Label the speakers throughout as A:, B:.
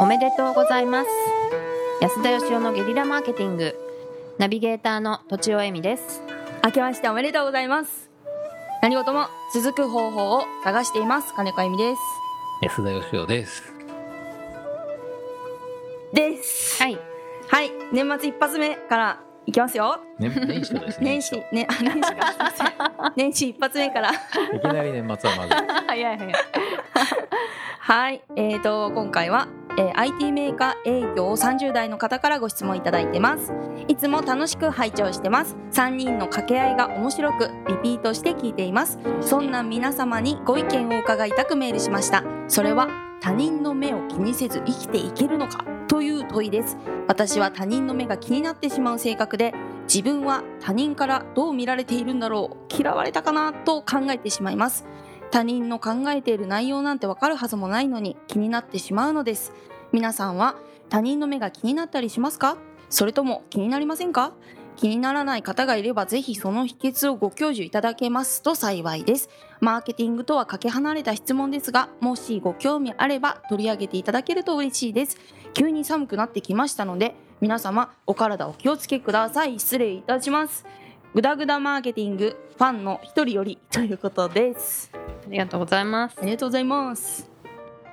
A: おめでとうございます安田義雄のゲリラマーケティングナビゲーターのとちおえみです
B: 明けましておめでとうございます。何事も続く方法を探しています。金子由美です。
C: 安田義雄です。
B: です。
A: はい
B: はい。年末一発目からいきますよ。
C: 年年始からですね。
B: 年始、ね、あ年始か。すいません 年始一発目から。
C: いきなり年末 はまずい。
A: 早い早い
B: はい。えーと、今回は、えー IT メーカー営業を30代の方からご質問いただいてます。いつも楽しく拝聴してます。3人の掛け合いが面白く、リピートして聞いています。そんな皆様にご意見を伺いたくメールしました。それは他人の目を気にせず生きていけるのかという問いです。私は他人の目が気になってしまう性格で、自分は他人からどう見られているんだろう、嫌われたかなと考えてしまいます。他人の考えている内容なんてわかるはずもないのに気になってしまうのです。皆さんは他人の目が気になったりしますかそれとも気になりませんか気にならない方がいればぜひその秘訣をご教授いただけますと幸いです。マーケティングとはかけ離れた質問ですが、もしご興味あれば取り上げていただけると嬉しいです。急に寒くなってきましたので、皆様お体お気をつけください。失礼いたします。グダグダマーケティングファンの一人よりということです。
A: ありがとうございます
B: ありがとうございます。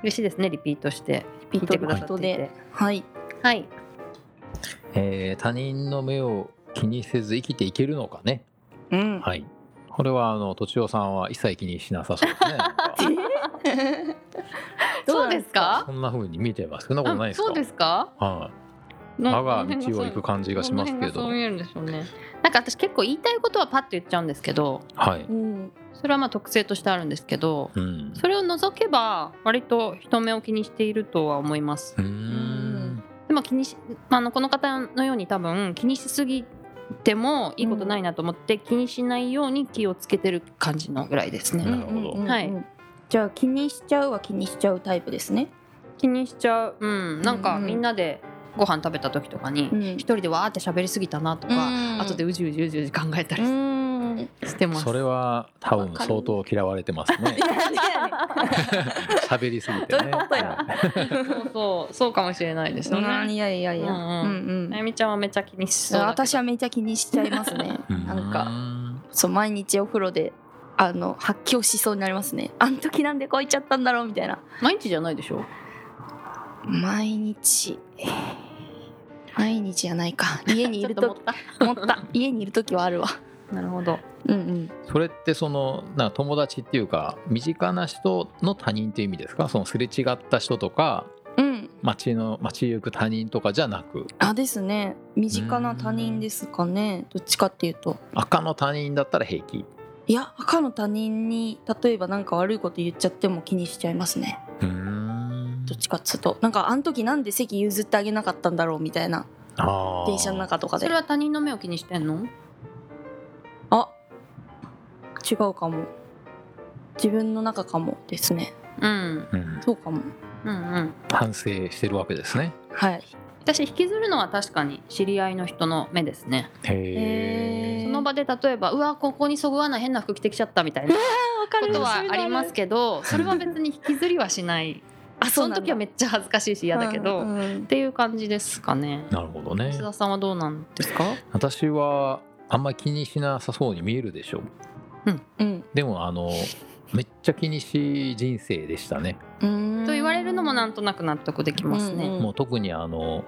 A: 嬉しいですねリピートして
B: ピ
A: 聞いてくださっていて
B: で。はい。
A: はい
C: えー他人の目を気にせず生きていけるのかね。
B: うん。
C: はい。これはあのとちおさんは一切気にしなさそうですね。なんか
B: ど
A: そう
B: なん
A: う
B: で
A: ですすか
C: そんな風に見てます。そんなことないですか。
A: そうですか
C: はい。
A: な
C: 我が道を行く感じがしますけ
A: どの辺がそ
C: ど
A: う。見えるんでしょうねなんか私結構言いたいことはパッと言っちゃうんですけど
C: はい。
B: うん。
A: それはまあ特性としてあるんですけど
C: うん。
A: それを除けば割と人目を気にしているとは思います
C: うーん。
A: でも気にしあのこの方のように多分気にしすぎてもいいことないなと思って、気にしないように気をつけてる感じのぐらいですね、
C: なるほど
B: うんうんうん
A: はい。
B: じゃあ気にしちゃうは気にしちゃうタイプですね。
A: 気にしちゃううんなん
B: う
A: か
B: んうん
A: みんなでご飯食べた時とかに
B: うん
A: 一人でわーって喋りすぎたなとか、
B: あ
A: 後で。うじうじうじうじ考えた
B: う
A: り
B: ん。い
A: してます、
C: それは多分相当嫌われてます
B: や
C: ね。
B: いや
C: 喋りすぎて
B: どうい
C: ね。
B: うことや
C: はい。
A: そうそうそうかもしれないですよ
B: うん
A: ね
B: いやいやいや。う
A: うんうん
B: ん
A: あ
B: う
A: や
B: ん。
A: みちゃんはめっちゃ気にしそうだけど
B: 私はめちゃ気にしちゃいますね
C: うーん
B: なんかそう毎日お風呂であの発狂しそうになりますね。あの時なんでこう言っちゃったんだろうみたいな。
A: 毎日じゃないでしょ
B: 毎日。毎日じゃないか。家にいる
A: ちょっと
B: と
A: 思っ
B: 思った。家にいる時はあるわ。
A: たなるほど
B: うんうん。
C: それってそのなんか友達っていうか身近な人の他人っていう意味ですかそのすれ違った人とか
B: うん。
C: 街の街行く他人とかじゃなく
B: あですね身近な他人ですかねどっちかっていうと
C: 赤の他人だったら平気
B: いや赤の他人に例えばなんか悪いこと言っちゃっても気にしちゃいますね
C: うん
B: どっちかっつうとなんかあの時なんで席譲ってあげなかったんだろうみたいな
C: あー
B: 電車の中とか
A: そ
B: で
A: れは他人の目を気にしてんの
B: あ違うかも自分の中かもですね
A: うん
C: うん
B: そうかも
A: うんうん
C: 反省してるわけですね
B: はい
A: 私引きずるのは確かに知り合いの人の目ですね、
B: へー
A: その場で例えばうわここにそぐわない変な服着てきちゃったみたいなこ
B: わか
A: とはありますけどそれは別に引きずりはしない
B: あ
A: そ
B: そう
A: の
B: なんだ
A: 時はめっちゃ恥ずかしいし嫌だけど、
B: う
A: っ
B: んうん
A: ていう感じですかね
C: なるほどね
A: 須田さんはどうなんですか
C: 私はあんまり気にしなさそうに見えるでしょ
B: うん
C: でもあのめっちゃ気にしい人生でしたね
B: うん
A: と言われるのもなんとなく納得できますね、
B: うんうん
C: もう特にあの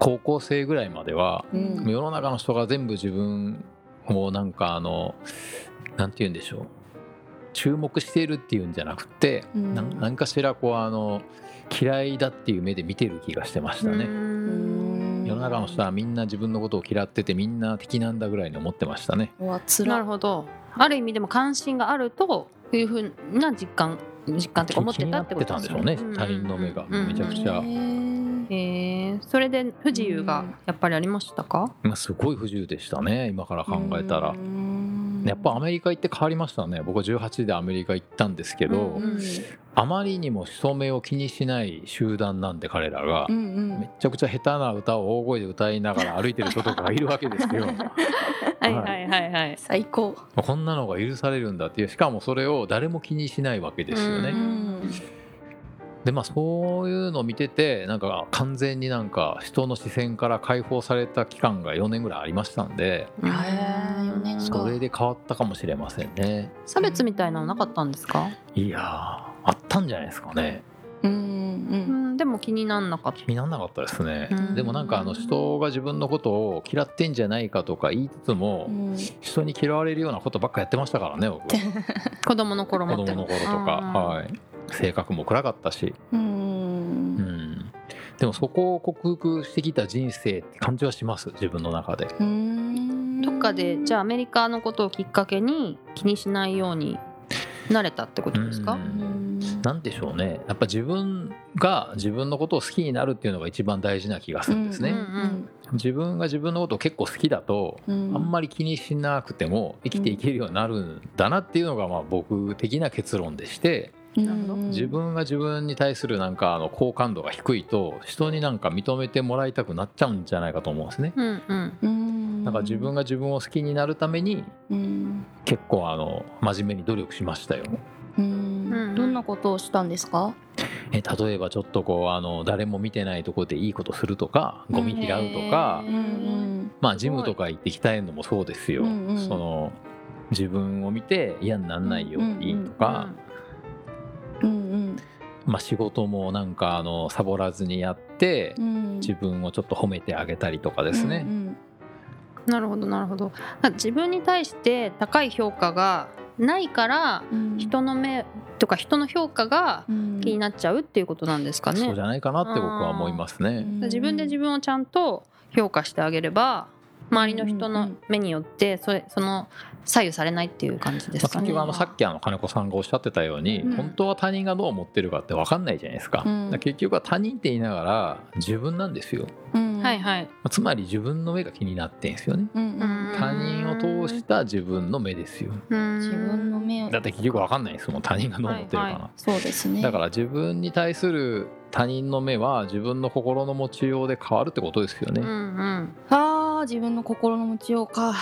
C: 高校生ぐらいまでは
B: うん
C: 世の中の人が全部自分をなんかあのなんて言うんでしょう注目しているっていうんじゃなくて、
B: うん
C: なん、何かしらこうあの嫌いだっていう目で見てる気がしてましたね、
B: うん
C: 世の中の人はみんな自分のことを嫌っててみんな敵なんだぐらいに思ってましたね
B: うわつ
A: な
B: ら
A: るほどある意味でも関心があるというふうな実感実感っていうか思ってたってこと
C: 気になってたんでしょうね他人の目がめちゃくち
B: へ
C: ゃ
B: ー
A: へえそれで不自由がやっぱりありましたか、
C: まあすごい不自由でしたね今から考えたら
B: うーん
C: やっぱアメリカ行って変わりましたね僕は18でアメリカ行ったんですけど、
A: うんうん
C: あまりにも人目を気にしない集団なんで彼らが、
B: うんうん
C: めちゃくちゃ下手な歌を大声で歌いながら歩いてる人とかがいるわけですよ。
A: はいはいはいはい。
B: 最高
C: こんなのが許されるんだっていうしかもそれを誰も気にしないわけですよ
A: う
C: ね。
A: ん
C: でまあそういうのを見ててなんか完全になんか人の視線から解放された期間が4年ぐらいありましたんで
A: うん
B: へー四年間
C: それで変わったかもしれませんね
A: 差別みたいなのなかったんですか、
C: いやーあったんじゃないですかね
B: うん
A: う
B: うん
A: ん、でも気になんなかった
C: 気にならなかったですね
A: うん
C: でもなんかあの人が自分のことを嫌ってんじゃないかとか言いつつも
B: うん
C: 人に嫌われるようなことばっかやってましたからね僕子
A: 子供の頃も
C: 供の頃とか
A: うん
C: はい性格も暗かったし
B: うん
C: うんでもそこを克服してきた人生って感じはします自分の中で
B: うん
A: どっかでじゃあ
B: ゃ
A: アメリカのことをきっかけに気にしないようになれたってことですか、
C: うんなんでしょうねやっぱ自分が自分のことを好きになるっていうのが一番大事な気がするんですね、
A: うんうん
C: 自分が自分のことを結構好きだと
B: あ
C: あんまり気にしなくても生きていけるようになるんだなっていうのがまあ僕的な結論でして
B: り
A: なるほど
C: 自分が自分に対するなんかあの好感度が低いと人になんか認めてもらいたくなっちゃうんじゃないかと思うんですね。
A: うんうん
C: なんか自分が自分を好きになるために
B: うん
C: 結構あの真面目に努力しましたよ。
B: うん
A: うん
B: どんなことをしたんですか
C: え例えばちょっとこうあの誰も見てないところでいいことするとかゴミ拾うとか、
A: うんうん
C: まあジムとか行って鍛えるのもそうですよ、
B: うんうん
C: その自分を見て嫌にならないようにと
A: う
C: か
A: ん、
B: うん
C: まあ、仕事もなんかあのサボらずにやって
B: うんうん
C: 自分をちょっと褒めてあげたりとかですね、
B: うん
A: なるほどなるほど自分に対して高い評価がないから
B: うんうん
A: 人の目とか人の評価が
B: うん
A: 気になっちゃうっていうことなんですか
C: そ
A: ね
C: うじゃないかなって僕は思いますね。
A: 自分で自分をちゃんと評価してあげれば周りの人の目によってそれその左右されないっていう感じで
C: まあ
A: すか
C: 先
A: ね
C: ほどあのさっきあの金子さんがおっしゃってたように、
A: うん
C: 本当は他人がどう思ってるかって分かんないじゃないですか,、
B: うん
C: 結局は他人って言いながら自分なんですよ
B: うん
A: はいはい
C: つまり自分の目が気になってんですよね
B: うんうん
A: うん
C: 他人を通した自分の目ですよ
A: 自
B: 自分の目を
C: だって結局分かんないですもん他人がどう思ってるかな、
A: はいは
B: そうですね
C: だから自分に対する他人の目は自分の心の持ちようで変わるってことですよね、
A: うん
B: あー自分の心の持ちようか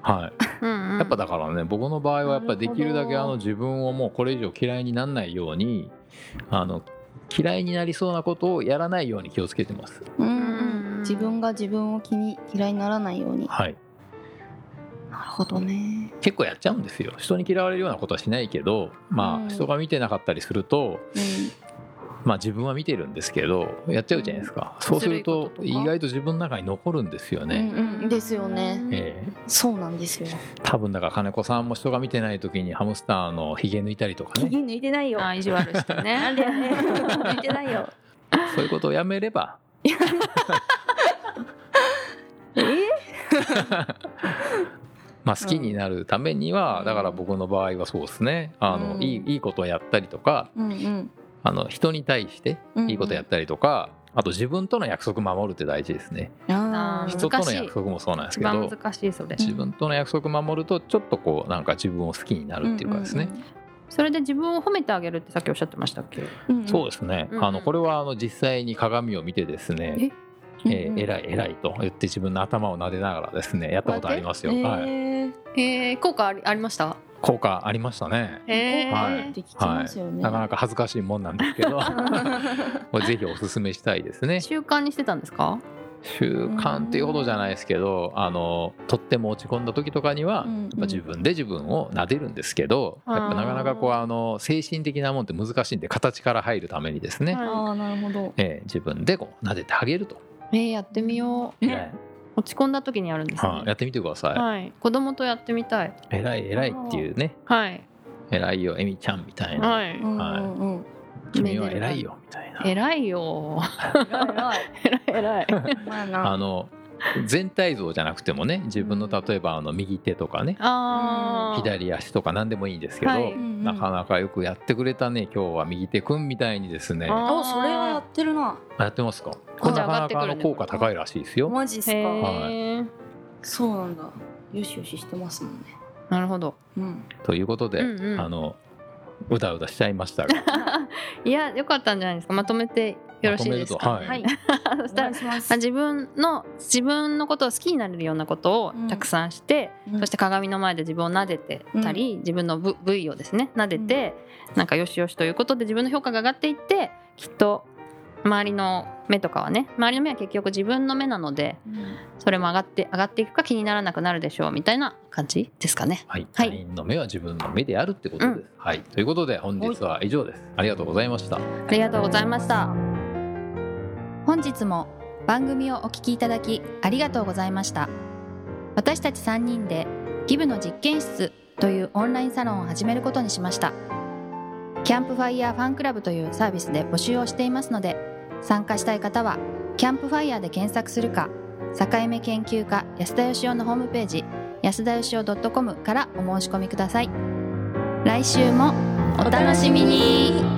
C: はい
A: うんうん
C: やっぱだからね僕の場合はやっぱりできるだけ
B: なる
C: あ
B: ほど
C: の自分をもうこれ以上嫌いにならないようにあの嫌いになりそうなことをやらないように気をつけてます。
B: うん
A: うん
B: 自分が自分を気に嫌いにならないように
C: はい、
B: なるほどね
C: 結構やっちゃうんですよ人に嫌われるようなことはしないけど、ま
B: うん
C: あ、人が見てなかったりすると、
B: う
C: まあ、自分は見てるんですけどやっちゃうじゃないですか、そうすると
A: ずるい
C: 意
A: こととか
C: 外と自分の中に残るんですよ
B: ん
C: ね。
B: うんうんですよね
C: ええ
B: そうなんですよ
C: 多分だから金子さんも人が見てない時にハムスターのひげ抜いたりとか
B: ひげ
C: ね
B: 抜いてないよ
A: あー意地悪してね
B: なんでやねん抜いてないよ
C: そういうことをやめれば
B: え
C: まあ、好きになるためには、
B: うん
C: だから僕の場合はそうですねあの、
B: うん
C: いいいいことをやったりとか
B: うんうん
C: あの人に対して
B: うん
C: いいことやったりとか、あと自分との約束守るって大事ですね
B: あ
A: あ
B: ー
A: ー
C: 人と
A: 難し
C: の
A: い
C: 約束もそうなんです
A: 一
C: け
A: 番
C: ど
A: 難しいそれ
C: 自分との約束守るとちょっとこうなんか自分を好きになるっていうかですね、
A: それで自分を褒めてあげるってさっきおっしゃってましたっけ
B: うんうん
C: そうですね、
A: うん
C: あのこれはあの実際に鏡を見てですね「
B: うん
C: えー偉い偉い」と言って自分の頭を撫でながらですねやったことありますよ、
B: え
C: はい、
B: ー
A: えー、効果ありありました
C: 効果ありましたね
A: えー
C: はい
B: できてますよね
C: なか なか恥ずかしいもんなんですけど これぜひおすすめしたいですね
A: 習慣にしてたんですか
C: 習慣っていうほどじゃないですけどあのとっても落ち込んだ時とかには、
B: うんうん
C: やっぱ自分で自分を撫でるんですけどやっぱなかなかこうあの精神的なもんって難しいんで形から入るためにですね、
A: はい
B: ああなるほど
C: えー自分でこう撫でてあげると、
A: えー、やってみよう、
C: え
A: 落ち込んだ時にやるんで
C: ー
A: すね、
C: はいやってみてください、
A: はい、子供とやってみたい。
C: 偉い偉いっていうね
A: はい。
C: 偉いよエミちゃんみたいな、
A: はい。
B: うんうんうん
C: 君は偉いよみたいな
A: 偉いよ。
B: 偉い
A: 偉い偉い。
B: 偉いまあな
C: あの全体像じゃなくてもね自分の例えばあの右手とかね
A: ああ。
C: 左足とか何でもいいんですけど、
A: はいう
B: うんうん
C: なかなかよくやってくれたね今日は右手くんみたいにですね
A: あ
B: あそれはやってるな
C: やってますかこれなかなか
A: 上
C: あの
A: がってくる
C: 効果高いらしいですよ
B: マジっす
A: へ
B: か
A: え。
B: そうなんだよしよししてますもんね
A: なるほど。
B: うん
C: ということで、
A: うんうん
C: あのうだうだしちゃいましたが
A: いや、良かったんじゃないですか。まとめて よろしいですか。
C: まとめるとはい
B: い
A: そしたら、
B: しま
A: まあ自分の自分のことを好きになれるようなことを
B: うん
A: たくさんして、
B: うん
A: そして鏡の前で自分を撫でてたり、自分の部部位をですね撫でて、なんかよしよしということで自分の評価が上がっていって
B: きっと周りの目とかはね周りの目は結局自分の目なのでそれも上がって上がっていくか気にならなくなるでしょうみたいな感じですかね
C: はい、
B: はい
C: 他人の目は自分の目であるってことです、はいということで本日は以上ですありがとうございました
B: ありがとうございました
A: 本日も番組をお聞きいただきありがとうございました私たち3人でギブの実験室というオンラインサロンを始めることにしましたキャンプファイヤーファンクラブというサービスで募集をしていますので参加したい方はキャンプファイヤーで検索するか境目研究家安田義雄のホームページ安田義雄 .com からお申し込みください来週もお楽しみに